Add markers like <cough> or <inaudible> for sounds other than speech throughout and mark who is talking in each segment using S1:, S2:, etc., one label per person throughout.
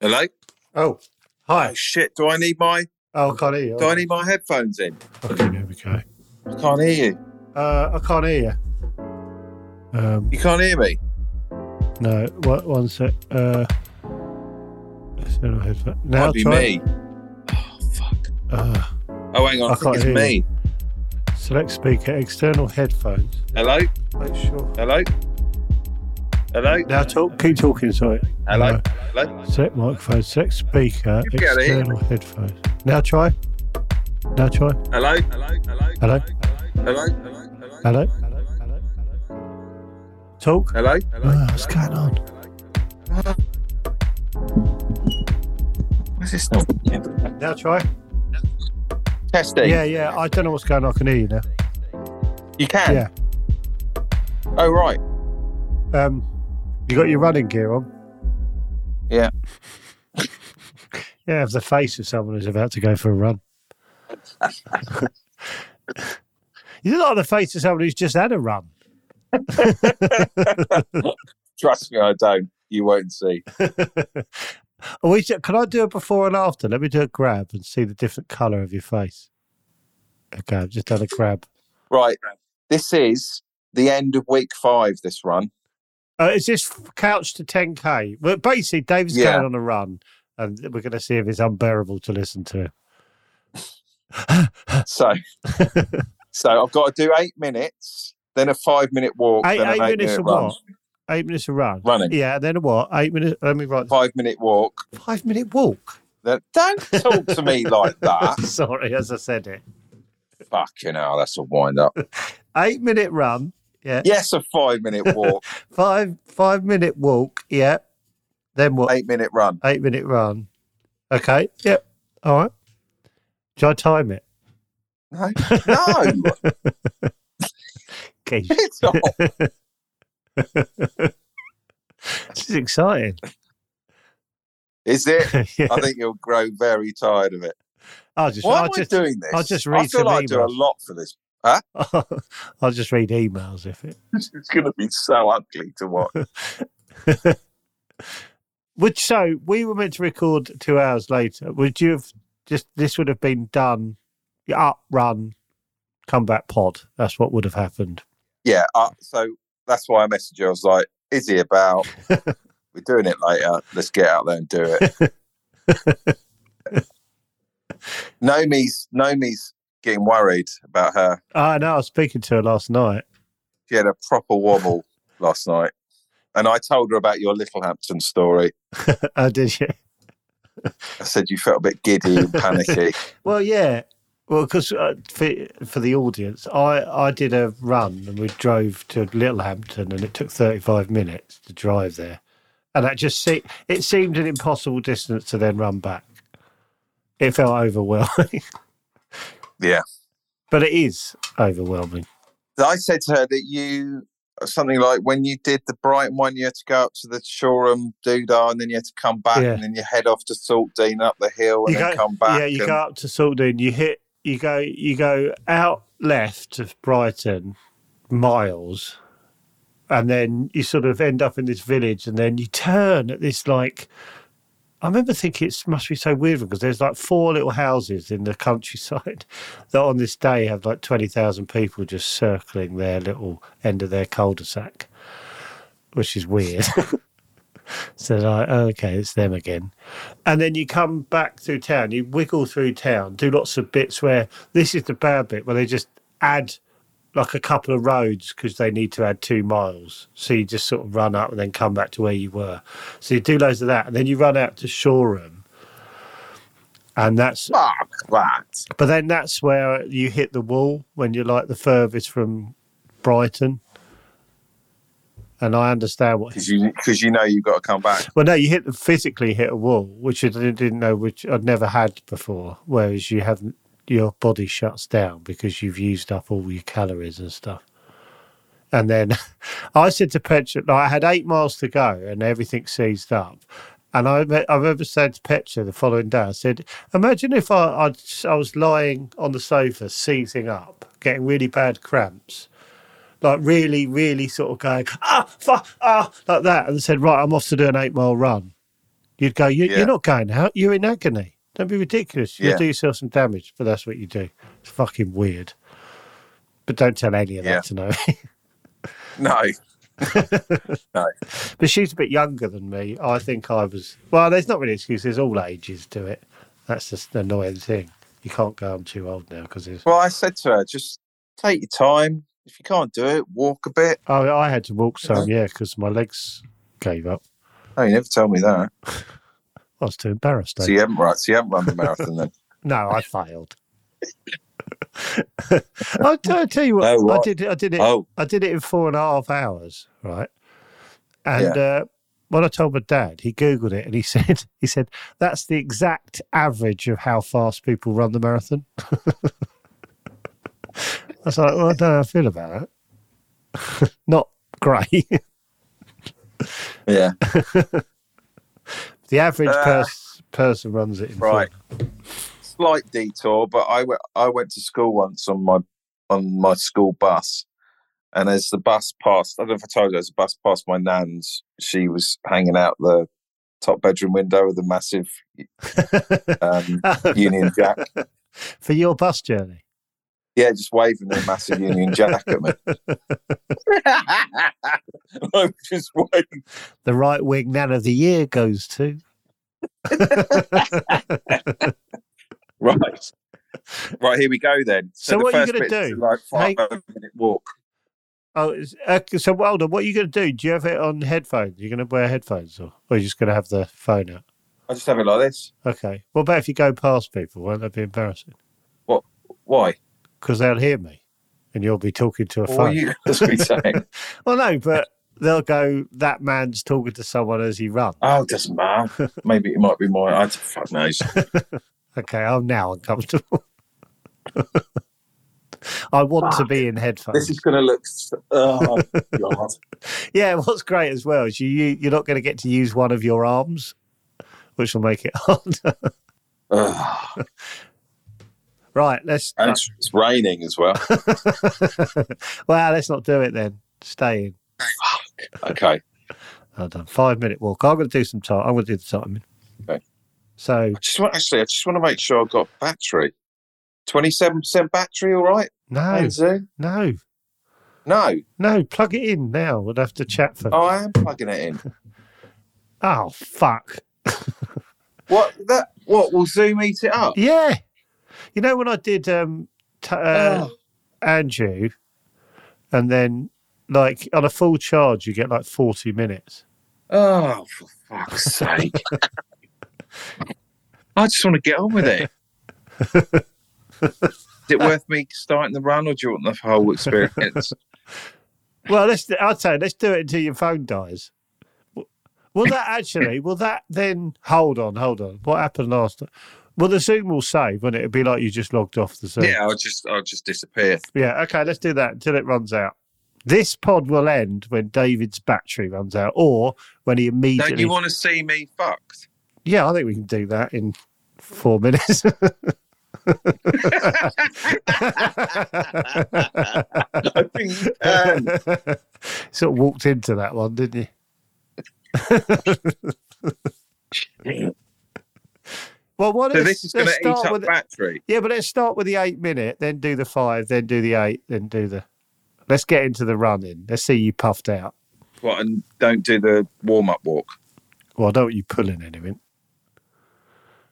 S1: Hello.
S2: Oh, hi.
S1: Oh shit! Do I need my
S2: Oh, I can't hear you.
S1: Do I need my headphones in?
S2: Okay, there we go.
S1: I can't hear you.
S2: Uh, I can't hear you. Um,
S1: You can't hear me.
S2: no, what, one sec. Uh, I said I had that. Now
S1: Might be
S2: try-
S1: me. Oh fuck!
S2: Uh,
S1: Oh, hang on.
S2: I
S1: I, think
S2: can't
S1: it's
S2: hear
S1: me.
S2: you. select speaker, external headphones.
S1: Hello.
S2: Make sure.
S1: Hello. Hello.
S2: Now talk. Keep talking. Sorry.
S1: Hello.
S2: Uh,
S1: Hello.
S2: select microphone. Select speaker.
S1: You get it.
S2: external headphones. Now try. Now try.
S1: Hello. Hello. Hello.
S2: Hello.
S1: Hello.
S2: Hello. Talk.
S1: Hello.
S2: Ah, what's going on?
S1: What's this? Not?
S2: Now try.
S1: Testing.
S2: Yeah, yeah. I don't know what's going on. I can hear you now.
S1: You can.
S2: Yeah.
S1: Oh right.
S2: Um, you got your running gear on?
S1: Yeah.
S2: <laughs> yeah, have the face of someone who's about to go for
S1: <laughs>
S2: a run. you look like the face of someone who's just had
S1: <laughs>
S2: a run.
S1: Trust me, I don't. You won't see.
S2: Are we, can I do a before and after? Let me do a grab and see the different colour of your face. Okay, I've just done a grab.
S1: Right. This is the end of week five. This run.
S2: Uh, is this f- couch to 10K? Well, basically, David's
S1: Yeah.
S2: going on a run, and we're going to see if it's unbearable to listen to.
S1: So, so I've got to do eight minutes, then a five minute walk,
S2: Eight,
S1: then an
S2: eight minutes of
S1: minute run.
S2: what? Eight minutes of run.
S1: Running.
S2: Yeah, and then what? Eight minutes. Let me write.
S1: Five minute walk.
S2: Five minute walk. <laughs>
S1: Then don't talk to me like that.
S2: Sorry, as I said it.
S1: Fucking hell, that's a wind up.
S2: Eight minute run. Yeah.
S1: Yes, a five minute walk,
S2: Five five minute walk. Yeah. Then what? Eight,
S1: eight minute run.
S2: minute run. Okay. Yep. All right. Shall I time it?
S1: No,
S2: <laughs>
S1: no,
S2: Geez,
S1: it's not.
S2: <laughs> this is exciting. <laughs>
S1: Is it?
S2: yeah.
S1: I think you'll grow very tired of it.
S2: I'll just.
S1: Why
S2: I'll
S1: Uh, am
S2: just
S1: I doing this?
S2: I'll just
S1: I
S2: read
S1: feel
S2: some
S1: like I do a
S2: emails.
S1: lot for this.
S2: <laughs>
S1: <laughs>
S2: I'll just read emails if it.
S1: It's going to be so ugly to watch.
S2: Which so we were meant to record two hours later. Would you have just this would have been done yeah, up run comeback pod? That's what would have happened.
S1: Yeah, uh, so that's why I messaged you. I was like, "Is he about? We're doing it later. Let's get out there and do it." Nomi's Nomi's getting worried about her.
S2: I know. I was speaking to her last night. <laughs>
S1: She had a proper wobble last night, and I told her about your Littlehampton story.
S2: I did. Yeah.
S1: I said you felt a bit giddy and panicky.
S2: Well, yeah. Well, because uh, for for the audience, I I did a run and we drove to Littlehampton and it took thirty five minutes to drive there, and that just se- it seemed an impossible distance to then run back. It felt overwhelming. <laughs>
S1: yeah,
S2: But it is overwhelming.
S1: I said to her that you uh, something like when you did the Brighton one, you had to go up to the Shoreham Doodah and then you had to come back
S2: Yeah.
S1: and then you head off to Saltdean up the hill and
S2: You
S1: then
S2: go-
S1: come back.
S2: yeah, you
S1: and-
S2: go up to Saltdoon, you hit, you go, you go out left of Brighton miles, and then you sort of end up in this village, and then you turn at this like I remember thinking it must be so weird because there's like four little houses in the countryside <laughs> that on this day have like 20,000 people just circling their little end of their cul de sac, which is weird. <laughs> so, like, oh, okay, it's them again. And then you come back through town, you wiggle through town, do lots of bits where this is the bad bit where they just add like a couple of roads because they need to add two miles. So you just sort of run up and then come back to where you were. So you do loads of that, and then you run out to Shoreham, and that's.
S1: Fuck that.
S2: But then that's where you hit the wall when you're like the furthest from Brighton. And I understand what
S1: Because you, 'cause you know you've got to come back.
S2: well, no, you hit physically hit a wall, which I didn't didn't know, which I'd never had before. Whereas you have your body shuts down because you've used up all your calories and stuff. And then <laughs> I said to Petra, like, I had eight miles to go and everything seized up. And I, me- I remember saying to Petra the following day, I said, imagine if I, I'd, I was lying on the sofa, seizing up, getting really bad cramps like really, really sort of going, ah, fuck, ah, like that, and said, right, I'm off to do an eight mile run, you'd go, you,
S1: Yeah.
S2: you're not going out, you're in agony. Don't be ridiculous. You'll
S1: Yeah.
S2: do yourself some damage, but that's what you do. It's fucking weird. But don't tell any of
S1: Yeah.
S2: that to know. <laughs>
S1: No.
S2: but she's a bit younger than me. I think I was, well, there's not really excuses. All ages do it. That's just the annoying thing. You can't go, I'm too old now because it's.
S1: Well, I said to her, just take your time. If you can't do it, walk a bit.
S2: I, I had to walk some, yeah, because my legs gave up.
S1: Oh, you never tell me that.
S2: I was too embarrassed. I
S1: So you haven't run, so you haven't run the marathon
S2: <laughs>
S1: then.
S2: No, I failed. <laughs> I, t- I tell you what,
S1: No,
S2: I
S1: what?
S2: did. it- I did it.
S1: Oh,
S2: I did it in four and a half hours, right? And uh, when I told my dad, he googled it and he <laughs> said, he said that's the exact average of how fast people run the marathon. <laughs> I was like, well, I don't know how I feel about it. <laughs> Not great. <laughs>
S1: yeah.
S2: the average
S1: Uh,
S2: pers- person runs it in four-
S1: Right. Slight detour, but I went. I went to school once on my on my school bus, and as the bus passed, I don't know if I told you, as the bus passed my nan's, she was hanging out the top bedroom window with a massive um, Union
S2: <laughs>
S1: Jack.
S2: <laughs> for your bus journey.
S1: Yeah, just waving their massive Union Jack at me.
S2: <laughs>
S1: <laughs> I'm just waving.
S2: the right wing nan of the year goes to.
S1: Right. Right, here we go then. the
S2: So what are you
S1: first
S2: gonna
S1: bit's
S2: do?
S1: Like
S2: Make-
S1: five minute walk.
S2: Oh, it's- okay, so well done. What are you going to do? Do you have it on headphones? You're going to wear headphones, or, or are you just going to have the phone out?
S1: I just have it like this.
S2: Okay. What about if you go past people? Won't that be embarrassing?
S1: Why?
S2: Because they'll hear me, and you'll be talking to a
S1: What are
S2: phone.
S1: you <laughs> that's what he's saying?
S2: Well, no, but they'll go. That man's talking to someone as he runs.
S1: Oh, it doesn't matter. Maybe it might be my I fuck knows.
S2: Okay, I'm now uncomfortable. <laughs> I want to
S1: Fuck.
S2: be in headphones.
S1: This is gonna look s- oh god.
S2: Yeah, <laughs> what's great as well is you, you you're not going to get to use one of your arms, which will make it <laughs> harder.
S1: Ugh.
S2: right, let's
S1: And it's, it's raining as well.
S2: <laughs> well, let's not do it then. Stay in.
S1: Okay.
S2: i done. Five minute walk. I'm going to do some time. I'm going to do the timing.
S1: Okay.
S2: So
S1: I just want actually I just want to make sure I've got battery. Twenty seven percent battery, all right?
S2: no,
S1: Enzo?
S2: no,
S1: No.
S2: no. Plug it in now. We'll have to chat for.
S1: Oh I am plugging it in.
S2: Oh fuck.
S1: What that what will Zoom eat it up?
S2: Yeah. You know when I did um t- uh,
S1: Oh.
S2: Andrew, and then like on a full charge you get like forty minutes.
S1: Oh, for fuck's sake. I just want to get on with it. Is it worth me starting the run or do you want the whole experience?
S2: Well, let's. I'll say let's do it until your phone dies. W- Will
S1: <laughs>
S2: that actually? Will that then? Hold on, hold on. What happened last? time? Well, the Zoom will save, won't it? It'd be like you just logged off the Zoom.
S1: yeah, I'll just I'll just disappear.
S2: Yeah, Okay. Let's do that until it runs out. This pod will end when David's battery runs out, or when he
S1: Don't
S2: immediately.
S1: you want to see me <laughs> fucked?
S2: yeah, I think we can do that in
S1: <laughs>
S2: four minutes. <laughs> <laughs>
S1: I think you can.
S2: sort of walked into that one, didn't you? Well, what
S1: So this is going to eat up
S2: with
S1: battery.
S2: yeah, but let's start with the eight minute, then do the five, then do the eight, then do the. Let's get into the running. Let's see you puffed out.
S1: What, and don't do the warm up walk.
S2: Well, I don't want you pulling anything.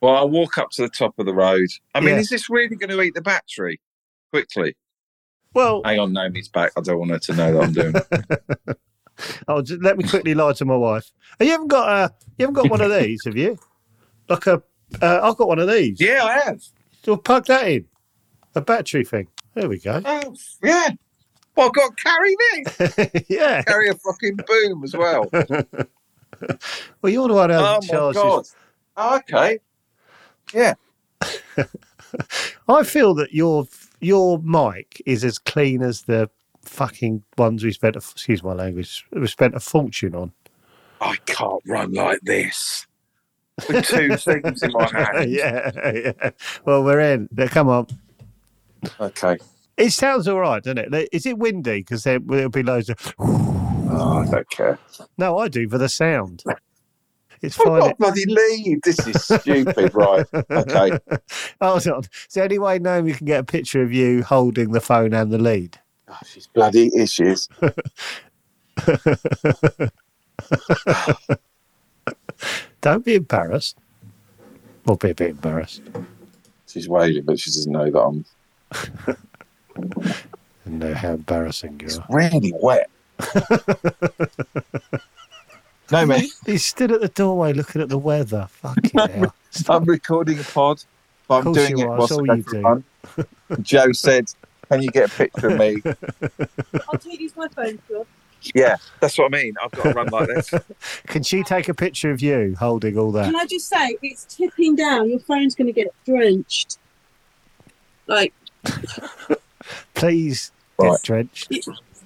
S1: Well, I'll walk up to the top of the road. I mean,
S2: Yeah.
S1: is this really going to eat the battery? Quickly.
S2: Well,
S1: Hang on, Naomi's back. I don't want her to know that I'm
S2: <laughs>
S1: doing.
S2: oh, just let me quickly lie to my wife. Oh, you haven't got a, you haven't got
S1: <laughs>
S2: one of these, have you? Like a, uh, I've got one of these.
S1: yeah, I have.
S2: So plug that in, a battery thing. There we go. <laughs>
S1: Oh, yeah. Well, I've got to carry this.
S2: yeah.
S1: Carry a fucking boom as
S2: <laughs>
S1: well.
S2: Well, you're the one who
S1: oh,
S2: hasn't
S1: my
S2: charged this
S1: God. Okay.
S2: I feel that your your mic is as clean as the fucking ones we spent. A, excuse my language. We spent a fortune on. <laughs>
S1: I can't run like this. With
S2: <laughs>
S1: two things in my hand.
S2: yeah, yeah. Well, we're in. Now, Come on.
S1: Okay.
S2: It sounds all right, doesn't it? Is it windy? Because there will be loads of.
S1: Oh, I don't care.
S2: No, I do for the sound. It's
S1: I've got
S2: fine.
S1: a bloody lead. This is <laughs> stupid, right? <laughs> Okay.
S2: <laughs> Hold on. Is there any way Naomi can get a picture of you holding the phone and the lead?
S1: Oh, she's bloody issues.
S2: Don't be embarrassed. Or be a bit embarrassed.
S1: She's waiting, but she doesn't know that I'm
S2: And know how embarrassing you are.
S1: really wet. <laughs> no, man,
S2: He's stood at the doorway looking at the weather. Fucking hell.
S1: <laughs> I'm recording a pod, but I'm
S2: Course
S1: doing
S2: you
S1: it
S2: are,
S1: whilst
S2: it's
S1: I
S2: all
S1: go
S2: you
S1: for a
S2: do.
S1: run.
S2: <laughs>
S1: Joe said, Can you get a picture of me?
S3: I'll take use my phone, sure.
S1: yeah, that's what I mean. I've got to run like this.
S2: Can she take a picture of you holding all that?
S3: Can I just say, it's tipping down. Your phone's going to get drenched. Like,
S2: Please
S1: Right.
S2: get drenched.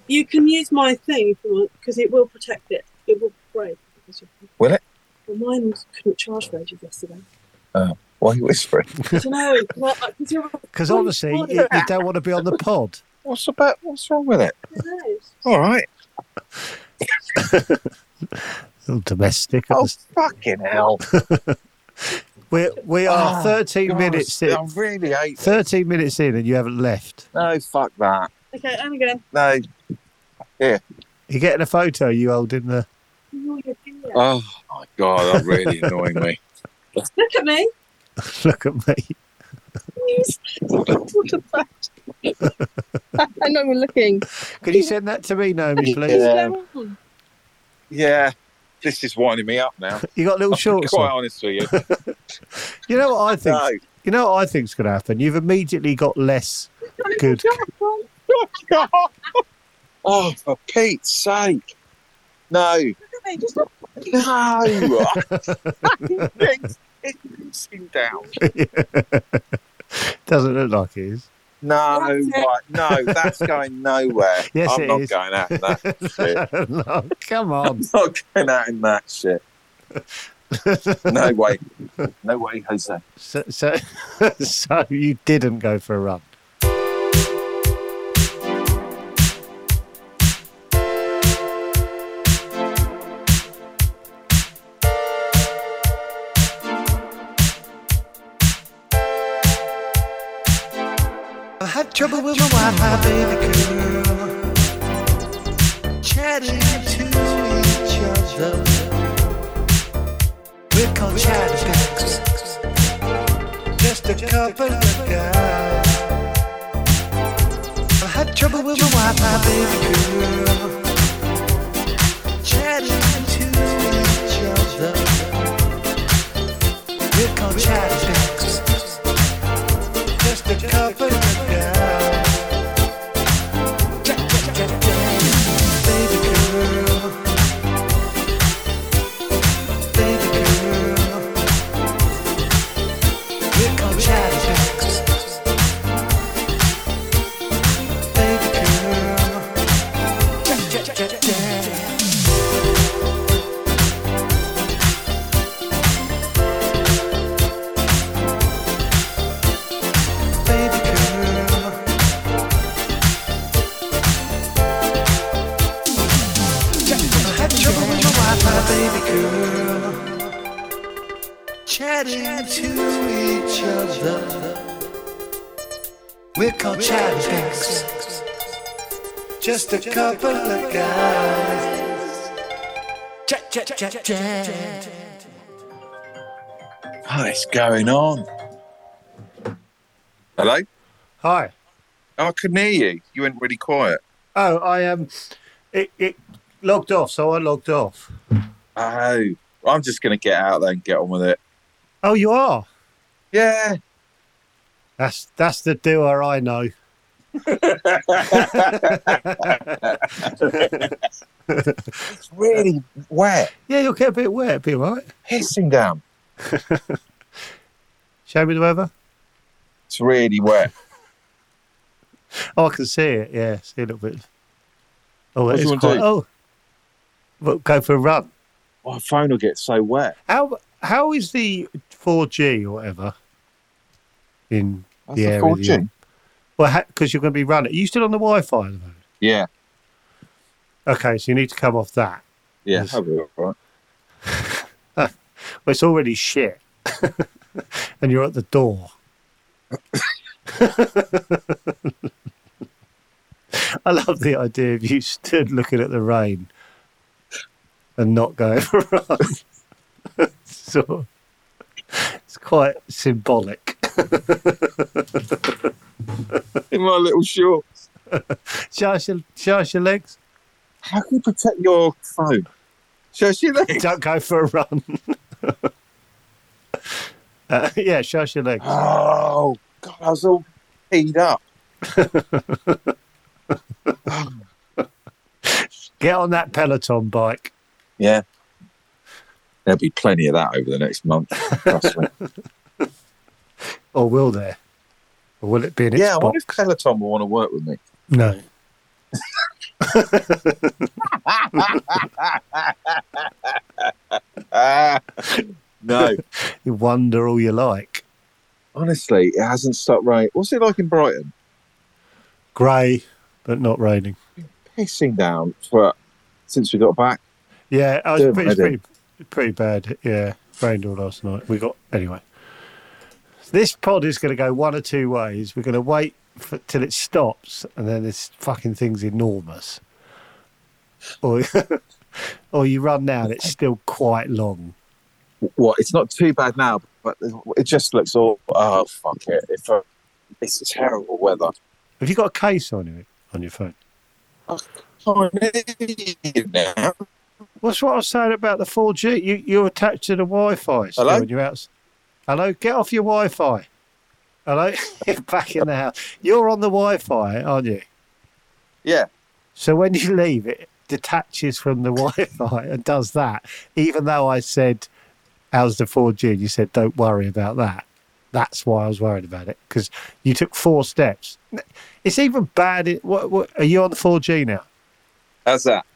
S3: you can use my thing if you want, because it will protect it. It will break. because you-
S1: Will it?
S3: Well, mine was- couldn't charge for ages yesterday.
S1: <laughs> Why are you whispering?
S3: Do
S1: <laughs>
S3: you know? Well, like, 'cause you're-
S2: Because obviously, you, you don't want to be on the pod.
S1: What's about? What's wrong with it?
S3: who knows?
S1: All right.
S2: Little domestic.
S1: Oh fucking hell!
S2: We're, we are
S1: Ah,
S2: 13
S1: God,
S2: minutes in.
S1: I really hate.
S2: 13 minutes in and you haven't left.
S1: No, fuck that.
S3: Okay, and again.
S1: No.
S2: You're getting a photo you holding the. <laughs>
S3: You're your dear.
S1: Oh my god, that really annoying me.
S3: Look at me.
S2: Look at me.
S3: Please. What about? I know we're looking.
S2: Can you send that to me, Naomi, please?
S1: Yeah.
S3: What's going on?
S1: Yeah, this is winding me up now.
S2: You got little shorts
S1: Quite
S2: on.
S1: honest with you.
S2: You know what I think?
S1: No.
S2: You know what I think's going to happen? You've immediately got less. Good.
S1: <laughs> Oh, for Pete's sake. No.
S3: Look at me. Just look.
S2: <laughs>
S1: No. it's pissing down.
S2: Doesn't look like it is. <laughs>
S1: No,
S3: That's it.
S1: right. No, that's going nowhere.
S2: Yes,
S1: I'm
S2: it
S1: not
S2: is.
S1: going out in that
S2: <laughs>
S1: shit.
S2: No, come on.
S1: <laughs> not going out in that <laughs> shit. no way. No way, Jose.
S2: So, so, <laughs> so you didn't go for a run.
S4: I had trouble with my wife, my baby girl. Chatting to each other. We're called chatterbacks. Just a couple of guys. I had trouble with my wife, my baby girl. Chatting to each other. We're called chatterbacks just a couple of guys. Ja, ja, ja, ja. Baby girl. Baby girl. We're called chatterbacks. Baby girl. Ja, ja, ja, ja. Baby girl. I had trouble with my Wi-Fi, baby girl. Chat chatting to each other. We're called chatterbanks. Just a couple of guys. Chat, chat, chat, chat.
S1: What is going on? Hello?
S2: Hi.
S1: Oh, I couldn't hear you. You went really quiet.
S2: Oh, I am. Um, it, it logged off, so I logged off.
S1: Oh, I'm just going to get out there and get on with it.
S2: Oh, you are.
S1: Yeah.
S2: That's that's the doer I know.
S1: It's really wet.
S2: Yeah, you'll get a bit wet, be all right.
S1: Hissing down.
S2: Show me the weather.
S1: It's really wet.
S2: Oh, I can see it. Yeah, see a little bit. Oh,
S1: What
S2: it
S1: do
S2: is
S1: you
S2: quite.
S1: want to do?
S2: Oh, well, go for a run.
S1: My phone will get so wet.
S2: How how is the 4G or whatever in
S1: That's
S2: the
S1: a
S2: area? that
S1: fortune.
S2: you're in? Well, because you're going to be running. Are you still on the Wi-Fi at the moment?
S1: Yeah.
S2: Okay, so you need to come off that.
S1: Yeah.
S2: Yes.
S1: that'll be all right.
S2: Well, it's already shit, <laughs> and you're at the door. <laughs> I love the idea of you stood looking at the rain and not going <laughs> for a run. so it's quite symbolic. <laughs>
S1: In my little shorts.
S2: Shush your, shush your legs.
S1: How can you protect your phone? Shush your legs.
S2: Don't go for a run. <laughs> uh, yeah, shush your legs.
S1: <laughs> Oh, God, I was all peed up.
S2: Get on that Peloton bike.
S1: Yeah. There'll be plenty of that over the next month. Trust
S2: <laughs>
S1: me.
S2: Or will there? Or will it be in its
S1: yeah, I wonder
S2: box?
S1: if Peloton will want to work with me.
S2: No.
S1: Ah,
S2: <laughs>
S1: no.
S2: You wonder all you like.
S1: Honestly, it hasn't stopped raining. What's it like in Brighton?
S2: Grey, but not raining.
S1: Pissing down for since we got back.
S2: Yeah, I was
S1: Doing
S2: pretty, it's
S1: raining.
S2: pretty, pretty bad. Yeah, rained all last night. We got anyway. This pod is going to go one or two ways. We're going to wait for, till it stops, and then this fucking thing's enormous. Or, <laughs> or you run now, and it's still quite long.
S1: What? It's not too bad now, but it just looks all. Oh fuck it! If uh, it's terrible weather. <laughs>
S2: Have you got a case on you on your phone?
S1: Oh, it now.
S2: What's what I was saying about the 4G? You you're attached to the Wi-Fi. Still
S1: Hello?
S2: When you're out. Hello, get off your Wi-Fi. Hello, <laughs> You're back in the house. You're on the Wi-Fi, aren't you?
S1: Yeah.
S2: So when you leave, it detaches from the <laughs> Wi-Fi and does that. Even though I said, "How's the 4G?" and you said, "Don't worry about that." That's why I was worried about it because you took four steps. It's even bad. in- What, what are you on the 4G now?
S1: How's that?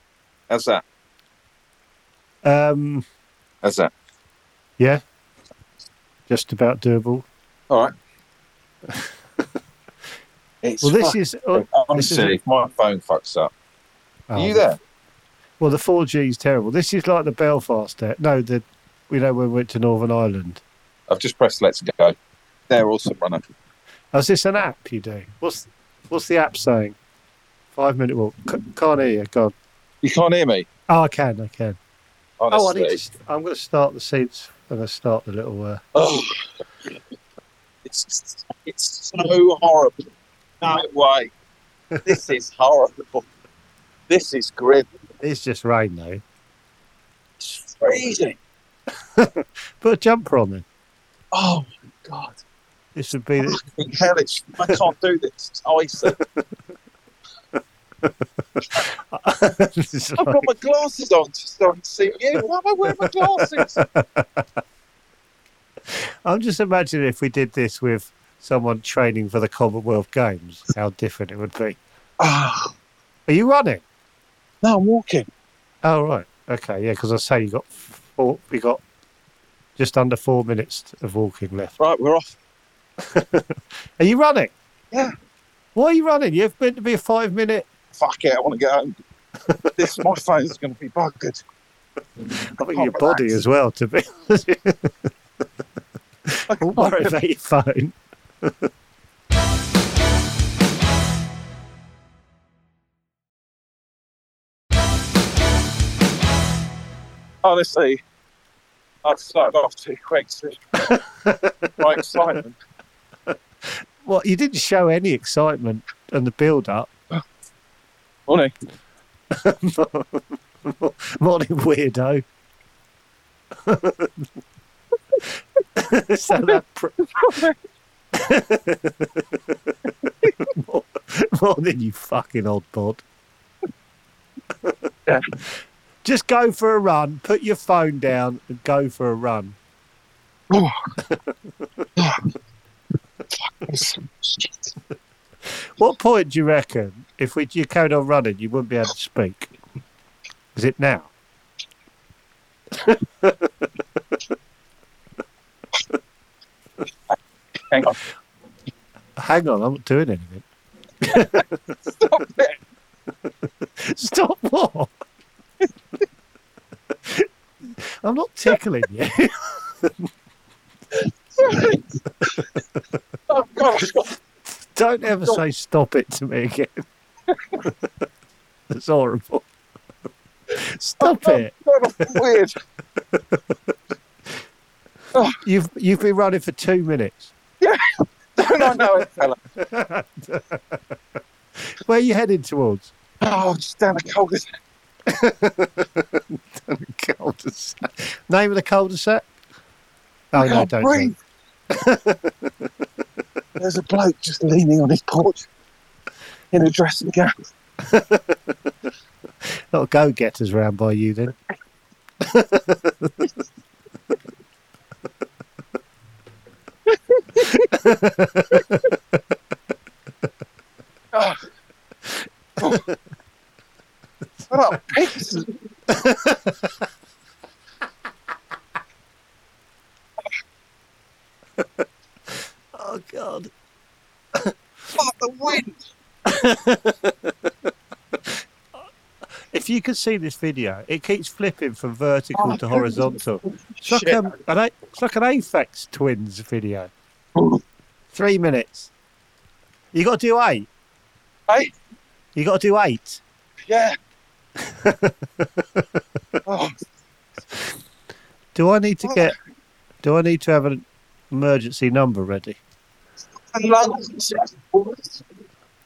S1: How's that?
S2: Um,
S1: How's that?
S2: yeah, just about doable.
S1: All
S2: <laughs>
S1: right. It's
S2: Well, this is oh,
S1: fucking-
S2: this is
S1: honestly, if my phone fucks up. Are you there?
S2: oh, Well, the four G is terrible. This is like the Belfast. Air. No, the you know when we went to Northern Ireland.
S1: I've just pressed let's go. They're awesome runner.
S2: Oh, is this an app you do? What's what's the app saying? Five minute walk. C- can't hear you. God.
S1: You can't hear me.
S2: Oh, I can. I can. Oh, I
S1: Honestly.
S2: need to, st- I'm going to start the seats. I'm going to start the little. Uh,
S1: Oh. It's it's so horrible. No way. This is horrible. This is grim.
S2: it's just rain though.
S1: It's freezing.
S2: Put a jumper on then.
S1: Oh my god.
S2: This would be. The,
S1: <laughs> Fucking hell, it's, I can't do this. It's icy. <laughs>
S2: <laughs> this is
S1: I've
S2: like-
S1: got my glasses on just so I can see you. Why am I wearing my glasses?
S2: I'm just imagining if we did this with someone training for the Commonwealth Games, how different it would be.
S1: Ah,
S2: Are you running?
S1: no, I'm walking.
S2: Oh right, okay, yeah. Because I say you got four, we got just under four minutes of walking left.
S1: Right, we're off.
S2: Are you running?
S1: Yeah.
S2: Why are you running? You're meant to be a five minute.
S1: Fuck it, I want to get home. This my phone's going to be buggered.
S2: I think
S1: can't
S2: your body
S1: relax.
S2: as well. To be Don't worry about your phone.
S1: Honestly, I've started off too quick to my excitement.
S2: Well, you didn't show any excitement and the build up.
S1: Morning.
S2: <laughs> Morning, weirdo. <laughs> so that <laughs> pr- Morning, you fucking old bod.
S1: Yeah.
S2: Just go for a run. Put your phone down and go for a run. What point do you reckon if we you carried on running, you wouldn't be able to speak? Is it now?
S1: Hang on.
S2: Hang on, I'm not doing anything.
S1: Stop it.
S2: <laughs> Stop what? I'm not tickling you. <laughs>
S1: Oh, God, I've got-
S2: Don't ever say stop it to me again. That's horrible. Stop it.
S1: Oh, God, I'm weird. <laughs>
S2: You've you've been running for two minutes.
S1: Don't I know it, fella?
S2: Where are you heading towards?
S1: Oh, I'm just down the coldest.
S2: Cul-de-sac. Name of the cul-de-sac? Oh no, don't.
S1: breathe. <laughs> There's a bloke just leaning on his porch in a dressing gown.
S2: say. Lot of go-getters round by you then. <laughs>
S1: Oh. Oh. What up, pigs?
S2: Oh god.
S1: Fuck the wind.
S2: If you could see this video, it keeps flipping from vertical to horizontal. It's like,
S1: Oh, Shit.
S2: um, an, A- it's like an Aphex Twins video. Three minutes. You got to do eight.
S1: Hey,
S2: You got to do eight. <laughs>
S1: yeah. oh,
S2: Do I need to get? Do I need to have an emergency number ready?
S1: and lungs.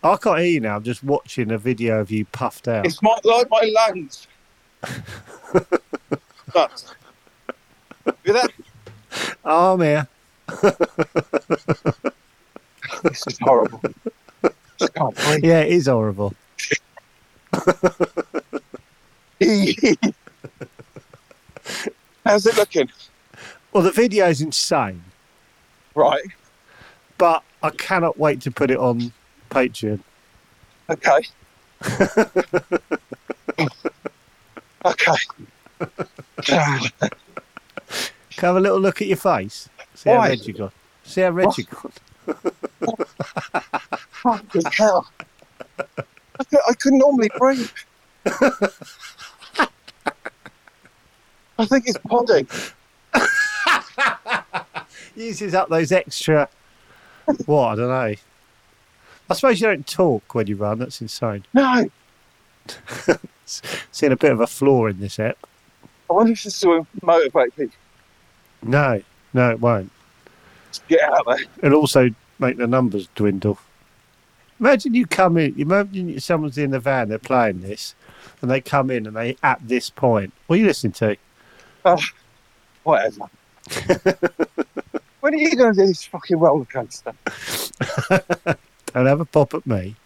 S2: I can't hear you now. I'm just watching a video of you puffed out.
S1: It's my, like my <laughs> lungs. Nuts. You there?
S2: Oh, I'm here.
S1: This is horrible. I can't breathe.
S2: Yeah, it is horrible.
S1: How's it looking?
S2: Well, the video's insane,
S1: Right.
S2: but I cannot wait to put it on Patreon.
S1: Okay. <laughs> okay. God.
S2: Can I have a little look at your face? See how
S1: Why?
S2: red you got. See how red you got.
S1: Fucking hell. I could, I could normally breathe. I think it's podding.
S2: Uses up those extra. What I don't know. I suppose you don't talk when you run. That's insane.
S1: No, I
S2: Seeing a bit of a flaw in this app.
S1: wonder if this will motivate people
S2: No, no, it won't.
S1: to get out there.
S2: It'll also make the numbers dwindle. Imagine you come in. Imagine someone's in the van. They're playing this, and they come in and they at this point. What are you listening to?
S1: Whatever. when are you going to do this fucking roller coaster?
S2: and have a pop at me.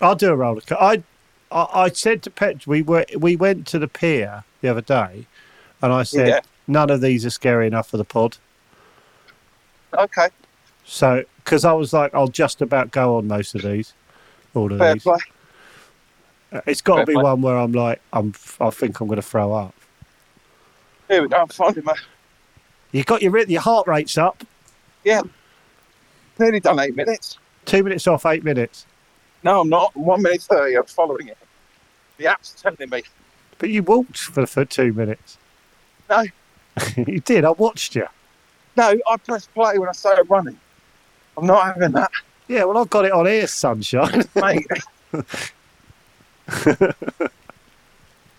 S2: I'll do a roller coaster. I, I, I said to Pet, we were we went to the pier the other day, and I said
S1: Yeah.
S2: none of these are scary enough for the pod.
S1: Okay,
S2: So because I was like, I'll just about go on most of these, all of
S1: fair
S2: these.
S1: play.
S2: Uh, It's got to
S1: Fair
S2: be
S1: play.
S2: one where I'm like, I'm I think I'm going to throw up.
S1: Here we go. I'm finding my.
S2: You got your ri- your heart rate's up.
S1: Nearly done eight minutes.
S2: Two minutes off, eight minutes.
S1: No, I'm not. I'm one minute thirty. I'm following it. The app's telling me.
S2: But <laughs> you walked for for two minutes.
S1: No.
S2: you did. I watched you.
S1: No, I press play when I started running. I'm not having that, <laughs>
S2: Yeah, well, I've got it on here, sunshine. <laughs>
S1: mate. oh,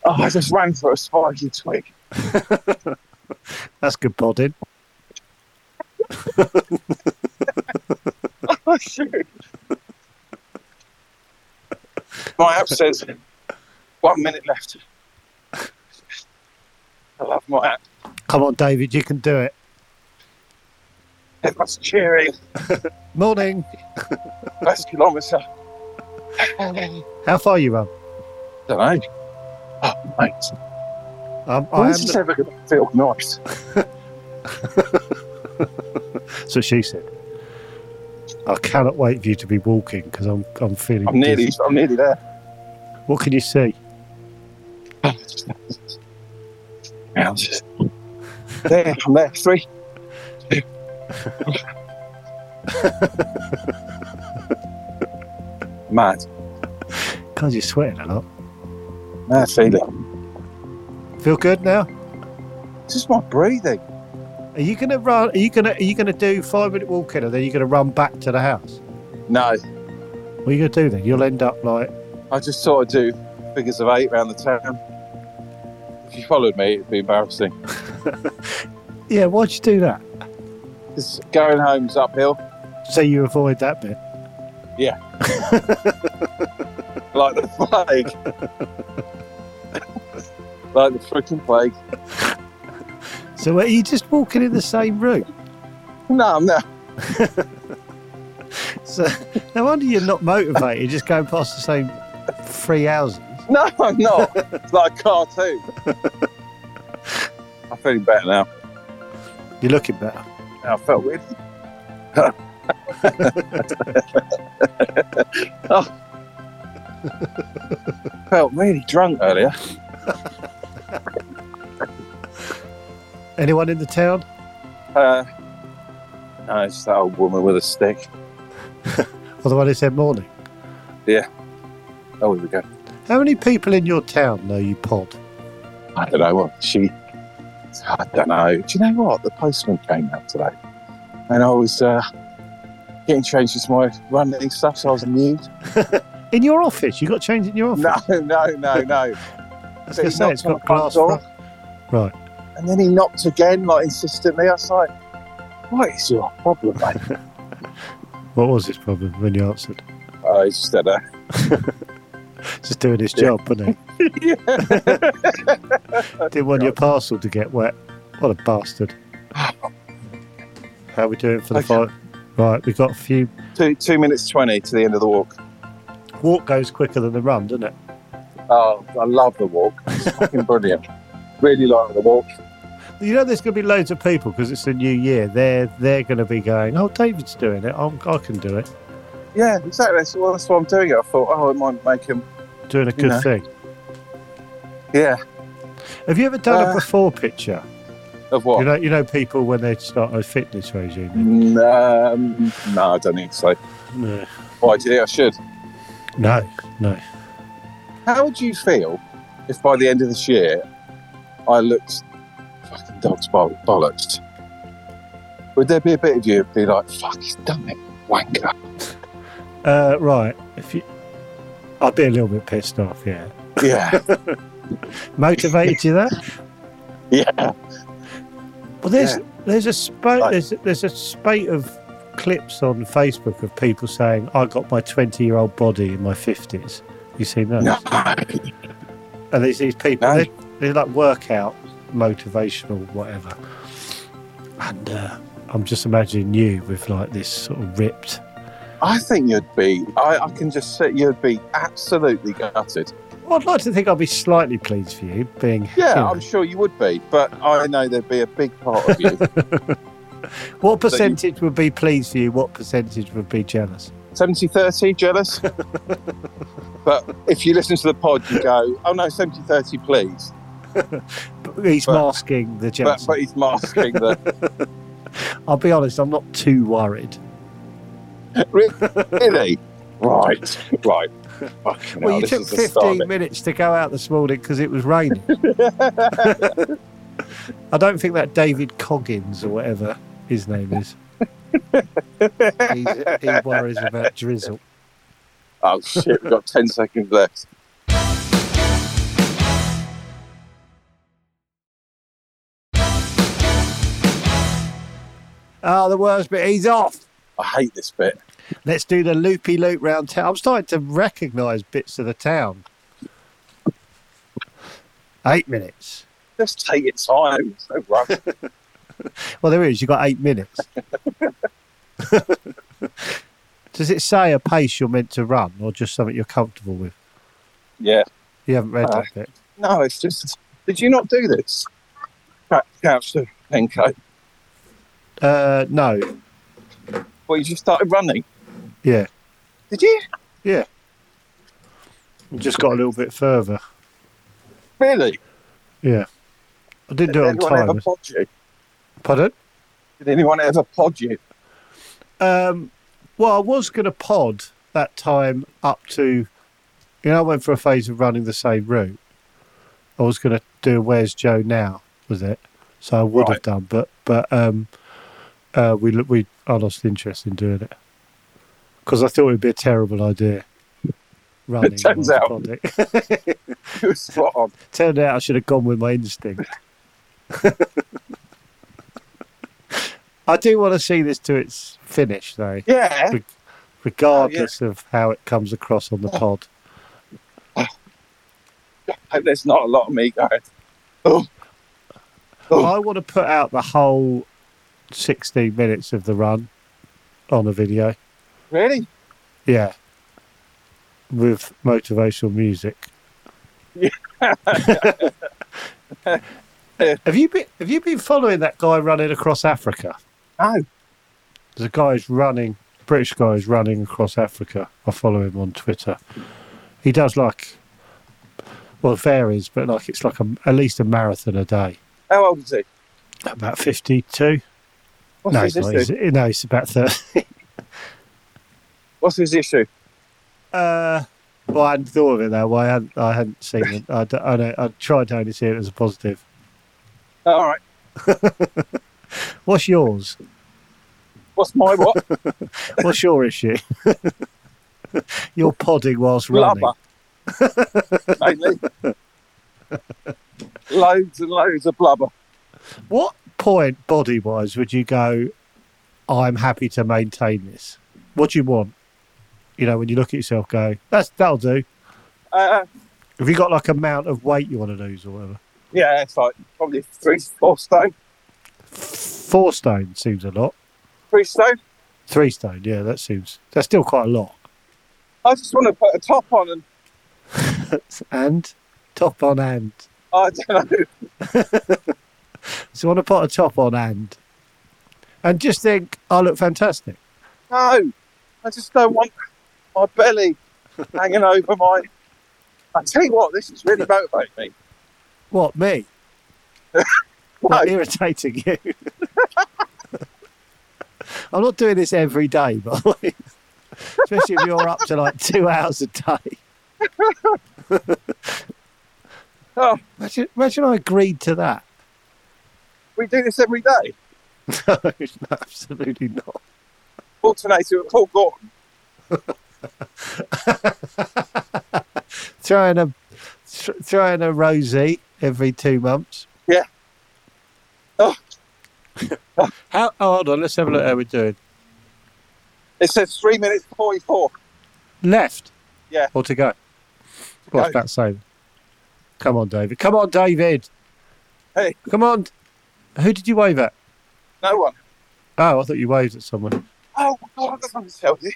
S1: I just ran for a spiky twig.
S2: That's good podding.
S1: Oh, shoot. My app says one minute left. I love my app.
S2: Come on, David, you can do it.
S1: That's cheering.
S2: Morning.
S1: That's kilometre.
S2: How far you run?
S1: Don't know. Oh, mate.
S2: Um, I
S1: When
S2: am.
S1: is this ever going to feel nice?
S2: That's what she said. I cannot wait for you to be walking because I'm I'm feeling.
S1: I'm nearly,
S2: dizzy.
S1: I'm nearly there.
S2: What can you see?
S1: Yeah, I'm just- there, I'm there. Three. two. Mad.
S2: Because you're sweating a lot.
S1: Mad feeling.
S2: Feel good now?
S1: It's just my breathing.
S2: Are you gonna run? Are you gonna Are you gonna do five minute walking, and then you're gonna run back to the house?
S1: No,
S2: What are you gonna do then? You'll end up like
S1: I just sort of do figures of eight round the town. If you followed me, it'd be embarrassing.
S2: Yeah, why'd you do that?
S1: 'Cause going home's uphill,
S2: So you avoid that bit.
S1: like the <laughs> plague. like the freaking plague.
S2: So are you just walking in the same route?
S1: No, I'm not.
S2: So <laughs> no wonder you're not motivated. Just going past the same three houses.
S1: No, I'm not. It's like a cartoon. I'm feeling better now.
S2: You're looking better.
S1: I felt weird. <laughs> oh. Felt really drunk earlier.
S2: Anyone in the town?
S1: Uh, no, it's that old woman with a stick.
S2: Or the one who said morning.
S1: Oh, here we go.
S2: How many people in your town know you pod?
S1: I don't know what she. I don't know. Do you know what? The postman came out today, and I was uh, getting changed with my running stuff, so I was nude.
S2: In your office? You got change in your office?
S1: <laughs> No, no, no, no.
S2: <laughs> I was
S1: So
S2: gonna
S1: he
S2: say
S1: knocked
S2: it's
S1: on
S2: got
S1: the front
S2: glass. front. Right.
S1: And then he knocked again, like insistently. I was like, "What is your problem, mate?"
S2: What was his problem when you answered?
S1: I just don't know.
S2: Just doing his
S1: Yeah.
S2: job, wasn't
S1: <laughs>
S2: he? <laughs> Didn't want your parcel to get wet. What a bastard. How we doing for the
S1: Okay.
S2: fight? Right, we got a few
S1: Two two minutes twenty to the end of the walk.
S2: walk goes quicker than the run, doesn't it?
S1: Oh, I love the walk. It's fucking
S2: <laughs>
S1: brilliant. Really like the walk.
S2: You know, there's going to be loads of people because it's the new year. They're they're going to be going. Oh, David's doing it. I'm, I can do it.
S1: Yeah, exactly. That's, well, that's why I'm doing it. I thought, oh, it might make him.
S2: Doing a good
S1: know.
S2: thing.
S1: Yeah.
S2: Have you ever done a
S1: Uh,
S2: before picture?
S1: Of what?
S2: You know, you know people when they start a fitness regime.
S1: Mm, um, no, I don't think so.
S2: No,
S1: Why do you think I should?
S2: no, no.
S1: How would you feel if by the end of this year I looked fucking dog's boll- bollocks? Would there be a bit of you who'd be like, fuck, he's done it, wanker?
S2: Uh, right. If you, I'd be a little bit pissed off. Yeah.
S1: Yeah, <laughs>
S2: Motivated you that?
S1: yeah.
S2: Well, there's
S1: Yeah.
S2: there's a spate
S1: Like-
S2: there's there's a spate of clips on Facebook of people saying I got my 20 year old body in my 50s. You seen those?
S1: No.
S2: And there's these people,
S1: No.
S2: they're, they're like workout, motivational, whatever. And uh, I'm just imagining you with like this sort of ripped.
S1: I think you'd be, I, I can just say you'd be absolutely gutted.
S2: Well, I'd like to think I'd be slightly pleased for you being. you
S1: Yeah,
S2: know.
S1: I'm sure you would be, but I know there'd be a big part of you.
S2: what percentage would be pleased for you? What percentage would be jealous?
S1: 70 30 <laughs> jealous. but if you listen to the pod, you go, oh no, 70 30, please.
S2: But he's
S1: But-
S2: masking the
S1: But,
S2: jealousy.
S1: but he's masking the.
S2: I'll be honest, I'm not too worried.
S1: really? Right, right. Fucking
S2: well,
S1: hell,
S2: you
S1: this
S2: took
S1: is the start of
S2: 15
S1: it.
S2: minutes to go out this morning because it was
S1: <laughs>
S2: <laughs> raining. I don't think that David Coggins or whatever his name is. He's, he worries about drizzle.
S1: Oh shit, we've got 10 seconds left.
S2: Oh, the worst bit. He's off.
S1: I hate this bit.
S2: Let's do the loopy loop round town. I'm starting to recognise bits of the town. Eight minutes.
S1: Just take your time. It's no <laughs> rush.
S2: Well, there is. You've got
S1: <laughs>
S2: eight minutes. <laughs> Does it say a pace you're meant to run or just something you're comfortable with?
S1: yeah.
S2: You haven't read
S1: Uh,
S2: that bit.
S1: No, it's just. Did you not do this? Ca- Couch to Henko.
S2: Uh, no.
S1: Well, you just started running.
S2: Yeah.
S1: Did you?
S2: Just got a little bit further.
S1: Really?
S2: Yeah. I didn't
S1: Did
S2: do it on
S1: anyone ever
S2: time.
S1: pod you?
S2: Pardon?
S1: Did anyone ever pod you? <laughs>
S2: Um, well, I was going to pod that time up to, you know, I went for a phase of running the same route. I was going to do Where's Joe Now, was it? So I would have
S1: Right.
S2: done, but but um, uh, we lo- we I lost interest in doing it because I thought it would be a terrible
S1: <laughs>
S2: idea. Running
S1: turns
S2: whilst
S1: out.
S2: <laughs> podding.
S1: You were spot on.
S2: turned out I should have gone with my instinct. I do want to see this to its finish, though
S1: Yeah.
S2: regardless of how it comes across on
S1: Oh.
S2: the pod.
S1: Hope There's not a lot of me going. Oh.
S2: I want to put out the whole 16 minutes of the run on a video.
S1: Really?
S2: Yeah. With motivational music. have you been have you been following that guy running across Africa?
S1: No.
S2: There's a guy who's running, British guy who's running across Africa. I follow him on Twitter. He does like, well, it varies, but like it's like a, at least a marathon a day.
S1: How old is he?
S2: About 52.
S1: What's
S2: No,
S1: his
S2: it's not.
S1: issue?
S2: He's, no, it's about 30.
S1: What's his issue?
S2: Uh, well, I hadn't thought of it that way. I hadn't, I hadn't seen it. I, d- I, don't- I tried to only see it as a positive.
S1: Uh, All right.
S2: What's yours?
S1: What's my
S2: <laughs>
S1: what?
S2: What's your issue? <laughs> You're podding whilst running.
S1: Blubber. Mainly. loads and loads of blubber.
S2: What point, body wise, would you go, I'm happy to maintain this? What do you want? You know, when you look at yourself, go, that's that'll do.
S1: Uh,
S2: Have you got like amount of weight you want to lose or whatever?
S1: yeah, it's like probably three, four stone.
S2: Four stone seems a lot.
S1: Three stone.
S2: Three stone, yeah, that seems that's still quite a lot.
S1: I just want to put a top on and
S2: And top on and.
S1: I <laughs> don't know.
S2: So you want to put a top on and and just think, I look fantastic.
S1: No, I just don't want my belly hanging over my. I tell you what, this is really motivating
S2: <laughs>
S1: me.
S2: What, me?
S1: No,
S2: Not
S1: Oh.
S2: irritating you. <laughs> I'm not doing this every day, by the way. Especially if you're up to like two hours a day.
S1: Oh.
S2: Imagine, imagine I agreed to that. <laughs>
S1: we do this every day.
S2: No, absolutely not.
S1: Alternating with Paul Gordon.
S2: Throwing a th- throwing a rosy every two months.
S1: Yeah. Oh.
S2: <laughs> How? Oh, hold on. Let's have a look. How we're doing.
S1: It says three minutes forty-four.
S2: Left.
S1: Yeah.
S2: Or to go. What's
S1: go.
S2: that saying? Come on, David. Come on, David.
S1: Hey.
S2: Come on. Who did you wave at?
S1: No one.
S2: Oh, I thought you waved at someone. Do
S1: Oh God, I just want to tell you.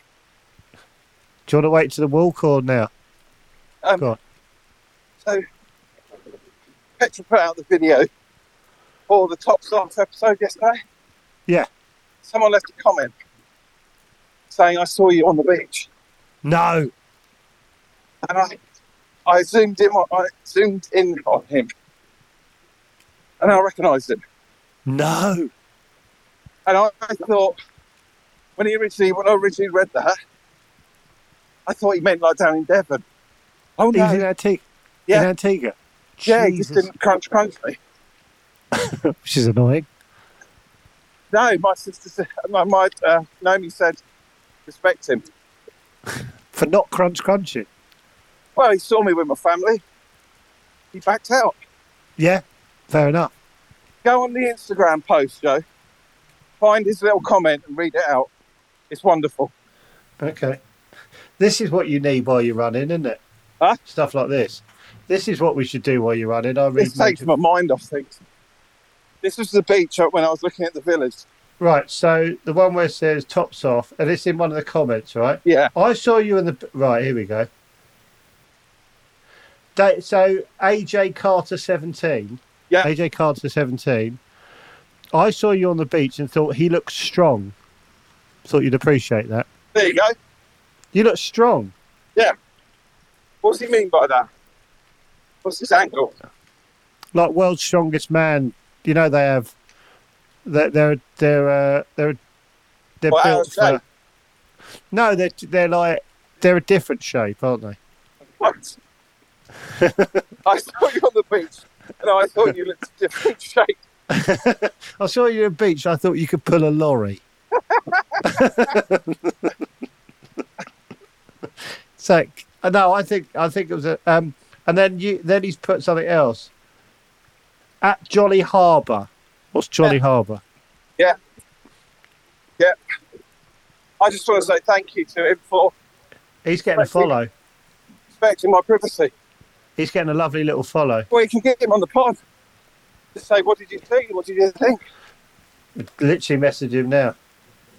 S2: you want to wait to the walk or now?
S1: Um, So, Petra put out the video for the Tops Off episode yesterday.
S2: Yeah.
S1: Someone left a comment saying, I saw you on the beach.
S2: No.
S1: And I, I zoomed in on, I zoomed in on him. And I recognised him.
S2: No.
S1: And I, I thought, when he originally, when I originally read that, I thought he meant like down in Devon. Oh
S2: He was in
S1: no!
S2: Antigua.
S1: Yeah.
S2: In Antigua.
S1: Yeah, he just
S2: Jesus.
S1: didn't crunch crunch me.
S2: Which is annoying.
S1: No, my sister, said- my, my uh, Naomi said, respect him.
S2: for not crunch crunching.
S1: Well, he saw me with my family. He backed out.
S2: Yeah, fair enough.
S1: Go on the Instagram post, Joe. Find his little comment and read it out. It's wonderful.
S2: Okay. This is what you need while you're running, isn't it?
S1: Huh?
S2: Stuff like this. This is what we should do while you're running. I read
S1: This takes
S2: major-
S1: my mind off things. This was the beach up when I was looking at the village.
S2: Right, so the one where it says tops off, and it's in one of the comments, right?
S1: Yeah.
S2: I saw you in the right. Here we go. Da- so AJ Carter seventeen.
S1: Yeah.
S2: AJ Carter seventeen. I saw you on the beach and thought he looked strong. Thought you'd appreciate that.
S1: There you go.
S2: You look strong.
S1: What does he mean by that? What's his angle?
S2: like world's strongest man. You know they have they're they're they're uh, they're, they're
S1: Well,
S2: built
S1: our
S2: for. No, they're they're like they're a different shape, aren't they?
S1: What? I saw you on the beach and I thought you looked a different shape.
S2: I saw you on the beach. I thought you could pull a lorry. <laughs> so uh, no, I think I think it was a um, and then you then he's put something else at Jolly Harbour. What's Jolly Harbour?
S1: I just want to say thank you to him for
S2: He's getting a
S1: Right, we-
S2: follow.
S1: respecting my privacy.
S2: He's getting a lovely little follow.
S1: Well, you can get him on the pod. Just say, what did you think? What did you think?
S2: literally message him now.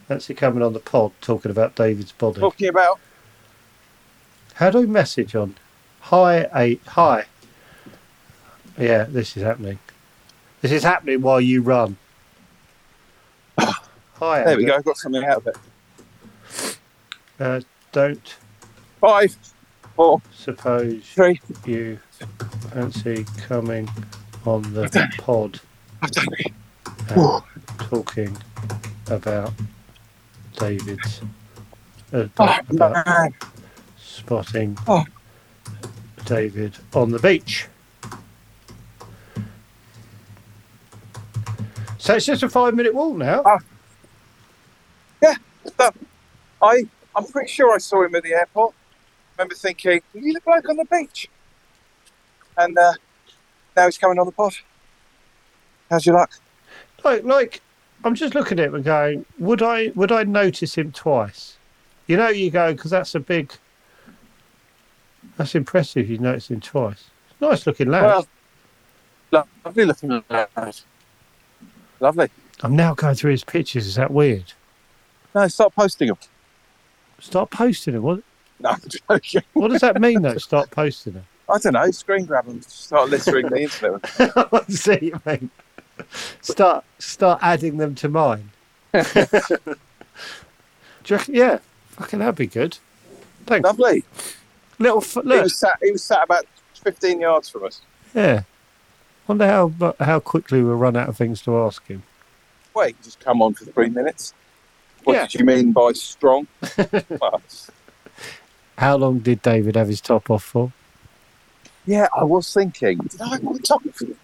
S2: That's it coming on the pod talking about David's body.
S1: Talking about
S2: How do we message on? Hi, eight, hi. Yeah, this is happening. This is happening while you run. <coughs> Hi.
S1: There we
S2: Adam.
S1: go, got something out of it.
S2: Uh, don't
S1: Five, four,
S2: suppose
S1: three.
S2: you fancy coming on the pod
S1: I've done it.
S2: and talking about David's uh,
S1: Oh,
S2: about
S1: man.
S2: spotting
S1: Oh.
S2: David on the beach. So it's just a five minute walk now.
S1: Oh. I, I'm pretty sure I saw him at the airport. remember thinking, you look like on the beach. And uh, now he's coming on the pod. How's your luck?
S2: Like, like, I'm just looking at him and going, would I, would I notice him twice? You know, you go because that's a big. That's impressive. You notice him twice. Nice looking lad.
S1: Well, lo- lovely looking lad. Lovely.
S2: I'm now going through his pictures. Is that weird?
S1: No, start posting them. <laughs>
S2: Start posting them. What,
S1: No, I'm joking.
S2: what does that mean though? Start posting them.
S1: I don't know. Screen grab them. Start littering the internet.
S2: <laughs> I see you mean. Start start adding them to <laughs> mine. Do you reckon- yeah, fucking that'd be good. Thanks.
S1: Lovely.
S2: Little f-
S1: He
S2: <laughs> look,
S1: was, sat, he was sat about 15 yards from us.
S2: yeah. Wonder how mu- how quickly we'll run out of things to ask him.
S1: Wait, just come on for three minutes. What
S2: Yeah.
S1: did you mean by
S2: <laughs>
S1: strong? well, just-
S2: How long did David have his top off for?
S1: yeah, I was thinking. Did I want to talk to you?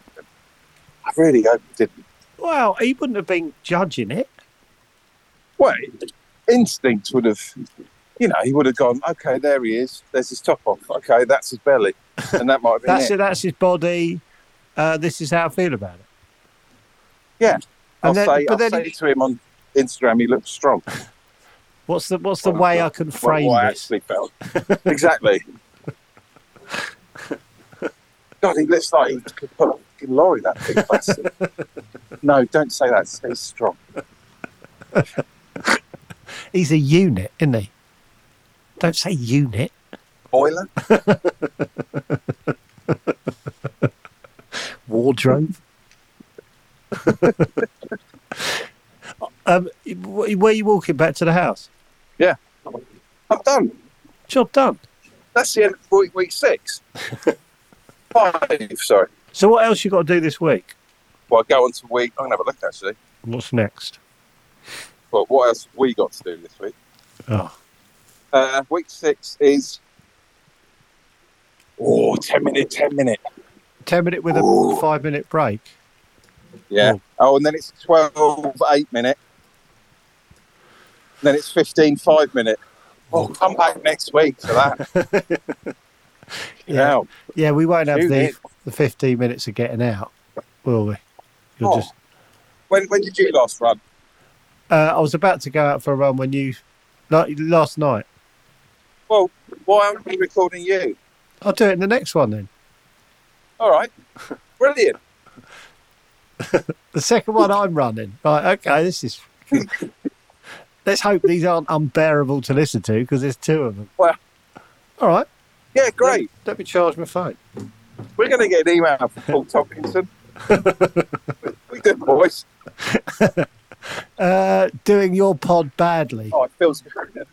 S1: I really hope I didn't.
S2: Well, he wouldn't have been judging it.
S1: Wait, instinct would have, you know, he would have gone, okay, there he is. There's his top off. Okay, that's his belly. And that might have been
S2: That's
S1: it.
S2: it. That's his body. Uh, this is how I feel about it.
S1: Yeah. I'll,
S2: And then,
S1: say,
S2: but
S1: I'll
S2: then,
S1: say
S2: he-
S1: to him on Instagram, he looks strong.
S2: what's the what's the
S1: Well,
S2: way
S1: well,
S2: I can
S1: Well,
S2: frame
S1: what I
S2: this?
S1: actually felt.
S2: <laughs>
S1: exactly. God, he looks like he could put a fucking lorry that big bastard.
S2: <laughs>
S1: no, don't say that. Stay strong.
S2: He's a unit, isn't he? Don't say unit.
S1: Boiler?
S2: wardrobe. um, wh- where you walking back to the house?
S1: I'm done.
S2: Job done.
S1: That's the end of week, week
S2: <laughs>
S1: six. Five, sorry.
S2: So what else you got to do this week?
S1: Well, go on to week. I'm going to have a look, actually.
S2: What's next?
S1: But what else have we got to do this week?
S2: Oh,
S1: Uh, week six is. Oh, 10 minute, 10 minute.
S2: ten minute with a
S1: Ooh.
S2: five minute break.
S1: Yeah. Oh, and then it's 12, 8 minute. Then it's 15, 5 minute. Oh, come back next week for that. <laughs>
S2: Yeah,
S1: yeah.
S2: yeah. We won't have
S1: Who
S2: the,
S1: did?
S2: the fifteen minutes of getting out, will we? You'll
S1: Oh.
S2: just.
S1: When, when did you last run?
S2: Uh, I was about to go out for a run when you, like, last night.
S1: Well, why aren't we recording you?
S2: I'll do it in the next one then.
S1: All right. Brilliant.
S2: The second one I'm running. Right, okay,
S1: <laughs>
S2: this is. Let's hope these aren't unbearable to listen to because there's two of them.
S1: Well-
S2: all right.
S1: Yeah, great.
S2: Let me charge my phone.
S1: We're going to get an email from Paul <laughs> Tompkinson. we good, boys.
S2: Uh, doing your pod badly.
S1: Oh, it feels good.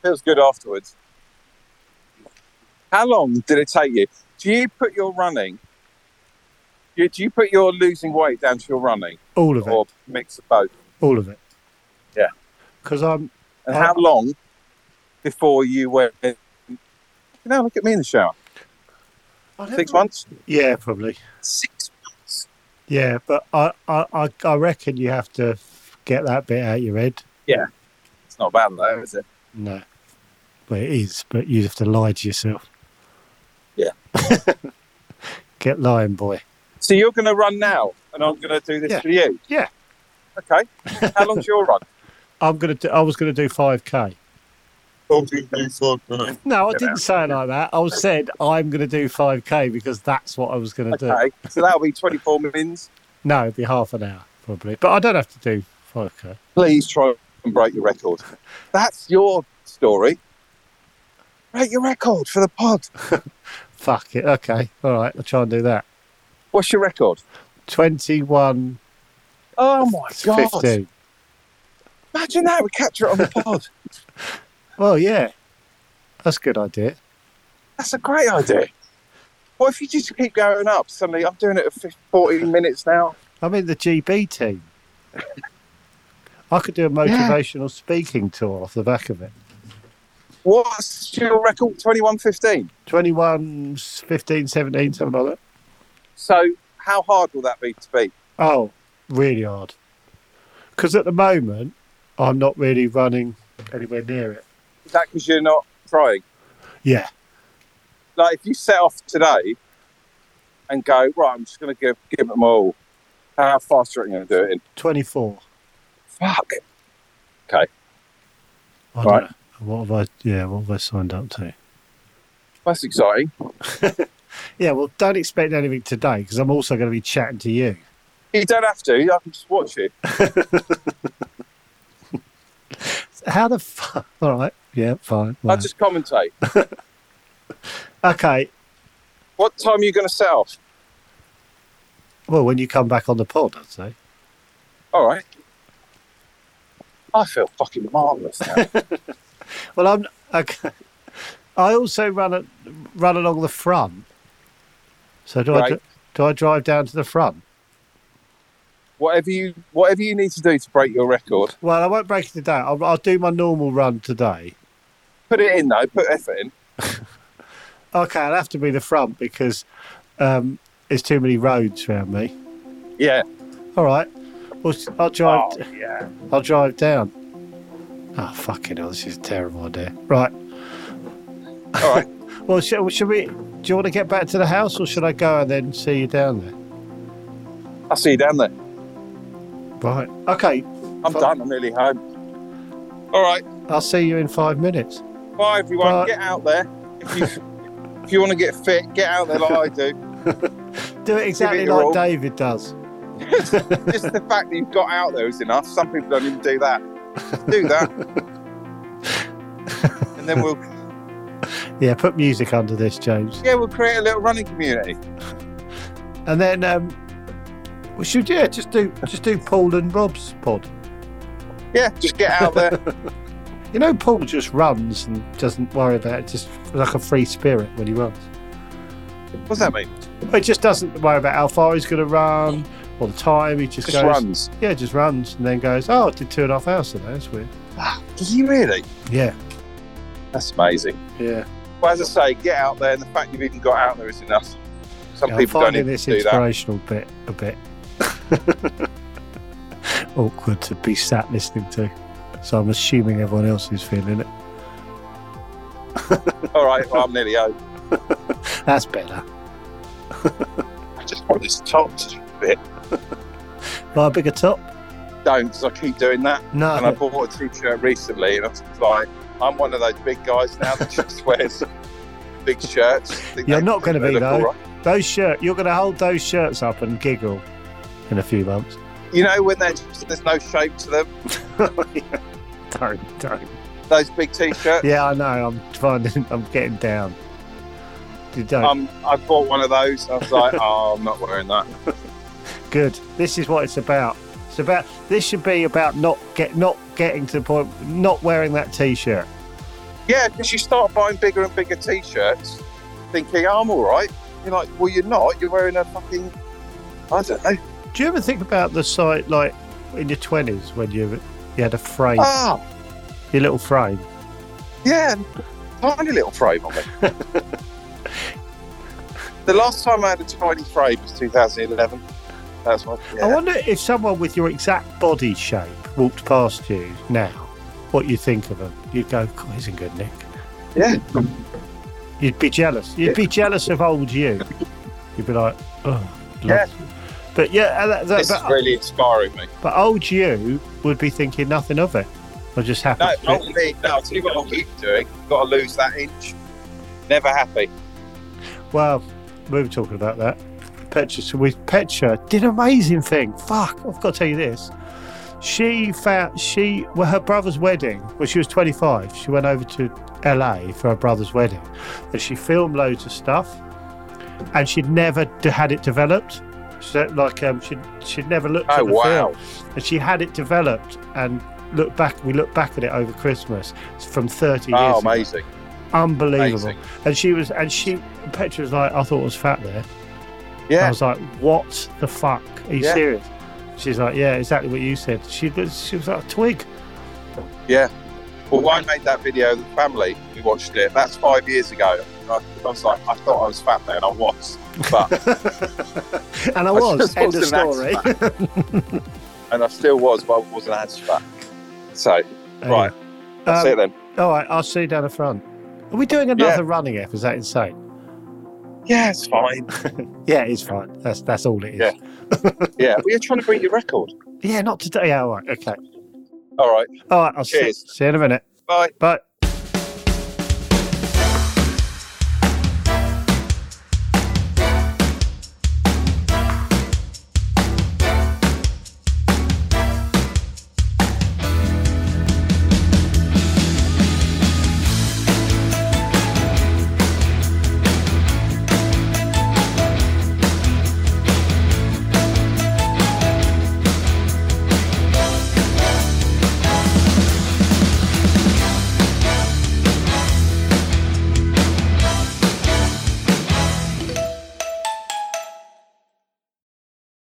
S1: feels good afterwards. How long did it take you? Do you put your running? you- Do you put your losing weight down to your running,
S2: all of it.
S1: or mix of both?
S2: All of it.
S1: Oh. Yeah.
S2: Because I'm.
S1: And
S2: Uh-huh.
S1: how long before you went? You know, look at me in the shower.
S2: I
S1: Six
S2: never-
S1: months.
S2: Yeah, probably.
S1: Six months.
S2: Yeah, but I, I, I, I reckon you have to get that bit out your head.
S1: It's not bad though, is it?
S2: No. Well, it is, but you have to lie to yourself.
S1: Yeah.
S2: <laughs> get lying, boy.
S1: So you're going to run now, and I'm going to do this
S2: Yeah.
S1: for you.
S2: Yeah.
S1: Okay. How long's your
S2: <laughs>
S1: run?
S2: I'm gonna. Do, I was gonna do five k. No, I
S1: Get
S2: didn't say it like that. I was said I'm gonna do five k because that's what I was gonna do.
S1: Okay. So that'll be 24 minutes.
S2: No, it'd be half an hour probably, but I don't have to do five k.
S1: please try and break your record. That's your story. Break your record for the pod.
S2: Fuck it. Okay. All right. I'll try and do that.
S1: What's your record?
S2: Twenty one
S1: Oh my god!
S2: fifteen.
S1: Imagine that. We capture it on the pod.
S2: Well, yeah, that's a good idea.
S1: That's a great idea. What if you just keep going up? Suddenly, I'm doing it at 15, 14 minutes now.
S2: I'm in the GB team. I could do a motivational speaking tour off the back of it.
S1: What's your record? 21:15.
S2: 21, 15, 17, something like that.
S1: So, how hard will that be to beat?
S2: Oh, really hard. Because at the moment, I'm not really running anywhere near it.
S1: Is that because you're not trying?
S2: Yeah.
S1: Like, if you set off today and go right, I'm just going to give give it my all. How fast are you going to do it in?
S2: 24.
S1: Fuck.
S2: I
S1: Right.
S2: don't know. What have I, yeah, what have I signed up to?
S1: That's exciting.
S2: Yeah, well, don't expect anything today because I'm also going to be chatting to you.
S1: You don't have to. I can just watch it.
S2: How the fuck? <laughs> All right. Yeah, fine.
S1: I'll
S2: Wow.
S1: just commentate.
S2: Okay.
S1: What time are you going to set off?
S2: Well, when you come back on the pod, I'd say.
S1: All right. I feel fucking marvellous
S2: <laughs>
S1: now.
S2: Well, I'm okay. <laughs> I also run at, run along the front. So do I
S1: Right.
S2: do, do I drive down to the front?
S1: whatever you whatever you need to do to break your record,
S2: Well, I won't break it today. I'll, I'll do my normal run today.
S1: put it in though. Put effort in.
S2: Okay, I'll have to be the front because um, there's too many roads around me.
S1: Yeah.
S2: All right. Well, s- I'll drive.
S1: Oh yeah.
S2: I'll drive down. Oh fucking hell! This is a terrible idea. Right.
S1: All right.
S2: Well, should, should we? Do you want to get back to the house, or should I go and then see you down there?
S1: I'll see you down there.
S2: Right. Okay.
S1: I'm
S2: Fuck.
S1: done. I'm nearly home. All right.
S2: I'll see you in five minutes.
S1: Bye everyone.
S2: Bye.
S1: Get out there. If you if you want to get fit, get out there like I do.
S2: Do it exactly
S1: your
S2: like
S1: all.
S2: David does.
S1: Just the fact that you've got out there is enough. Some people don't even do that. Do
S2: <laughs>
S1: that. and then we'll
S2: Yeah, put music under this, James.
S1: Yeah, we'll create a little running community.
S2: And then um we should yeah, just do just do Paul and Rob's pod.
S1: Yeah, just get out there.
S2: You know Paul just runs and doesn't worry about it, just like a free spirit when he runs.
S1: What's that mean?
S2: He just doesn't worry about how far he's gonna run or the time, he just,
S1: Just
S2: goes
S1: runs.
S2: Yeah, just runs and then goes, Oh, I did two and a half hours today, that's weird.
S1: Does he really?
S2: Yeah,
S1: That's amazing.
S2: yeah.
S1: Well, as I say, get out there, and the fact you've even got out there is enough. Some
S2: yeah I'm
S1: people don't
S2: finding
S1: even
S2: this
S1: do that.
S2: <laughs> inspirational bit a bit. Awkward to be sat listening to. So I'm assuming everyone else is feeling it.
S1: All right, well, I'm nearly over.
S2: That's better.
S1: I just want this top to fit.
S2: Buy a bigger top?
S1: Don't, 'cause I keep doing that.
S2: No.
S1: And I bought a t-shirt recently, and I was like, I'm one of those big guys now that just <laughs> wears big shirts. Think
S2: You're
S1: they-
S2: not gonna
S1: they
S2: be,
S1: look
S2: though.
S1: all right.
S2: Those shirt, you're going to hold those shirts up and giggle in a few months.
S1: You know when there's there's no shape to them,
S2: Don't, don't.
S1: those big
S2: <laughs>
S1: t-shirts.
S2: Yeah, I know. I'm finding. <laughs> I'm getting down. You don't.
S1: Um, I bought one of those. I was like, oh, I'm not wearing that.
S2: Good. This is what it's about. It's about. This should be about not get not getting to the point. Not wearing that t-shirt.
S1: Yeah, because you start buying bigger and bigger t-shirts, thinking oh, I'm all right. You're like, well, you're not. You're wearing a fucking, I don't know.
S2: Do you ever think about the site like in your twenties when you you had a frame,
S1: Ah,
S2: your little frame?
S1: yeah, tiny little frame <laughs> on me. the last time I had a tiny frame was 2011. That's what.
S2: I
S1: Yeah.
S2: wonder if someone with your exact body shape walked past you now, what you think of them? You'd go, God, he's in good nick.
S1: yeah.
S2: You'd be jealous. You'd be jealous of old you. You'd be like, oh,
S1: Yeah.
S2: yeah. But yeah, and that, that,
S1: This is
S2: but,
S1: really inspiring me.
S2: but old you would be thinking nothing of it. I just happy.
S1: No, <laughs>
S2: to be-
S1: I'll leave. No, I'll tell you what I'll keep doing. Got to lose that inch. Never happy.
S2: Well, we were talking about that. Petra, so we Petra did an amazing thing. Fuck, I've got to tell you this. She found she well her brother's wedding when she was 25. She went over to LA for her brother's wedding, and she filmed loads of stuff. And she'd never d- had it developed. So like um, she she'd never looked
S1: Oh
S2: at the
S1: wow!
S2: film, and she had it developed and looked back. We looked back at it over Christmas It's from 30
S1: Oh,
S2: years. ago.
S1: amazing!
S2: Unbelievable
S1: Amazing.
S2: and she was and she Petra was like I thought I was fat there I
S1: Yeah,
S2: was like what the fuck are you
S1: Yeah.
S2: serious she's like yeah exactly what you said she was she was like a twig <laughs>
S1: well, I made that video. The family we watched it. That's five years ago. And I, I was like, I thought I was fat then. I was, but
S2: <laughs> and I was
S1: just
S2: end of
S1: wasn't that
S2: story <laughs>
S1: fat. and I still was, but I wasn't as fat. So right, that's
S2: um,
S1: it then.
S2: all right I'll see you down the front are we doing another running app is that insane
S1: Yeah, it's fine.
S2: yeah it's fine that's that's all it is
S1: Yeah. <laughs> yeah, we are trying to beat your record.
S2: Yeah, not today yeah all right okay
S1: All right,
S2: all right I'll see,
S1: Cheers.
S2: see you in a minute
S1: bye.
S2: but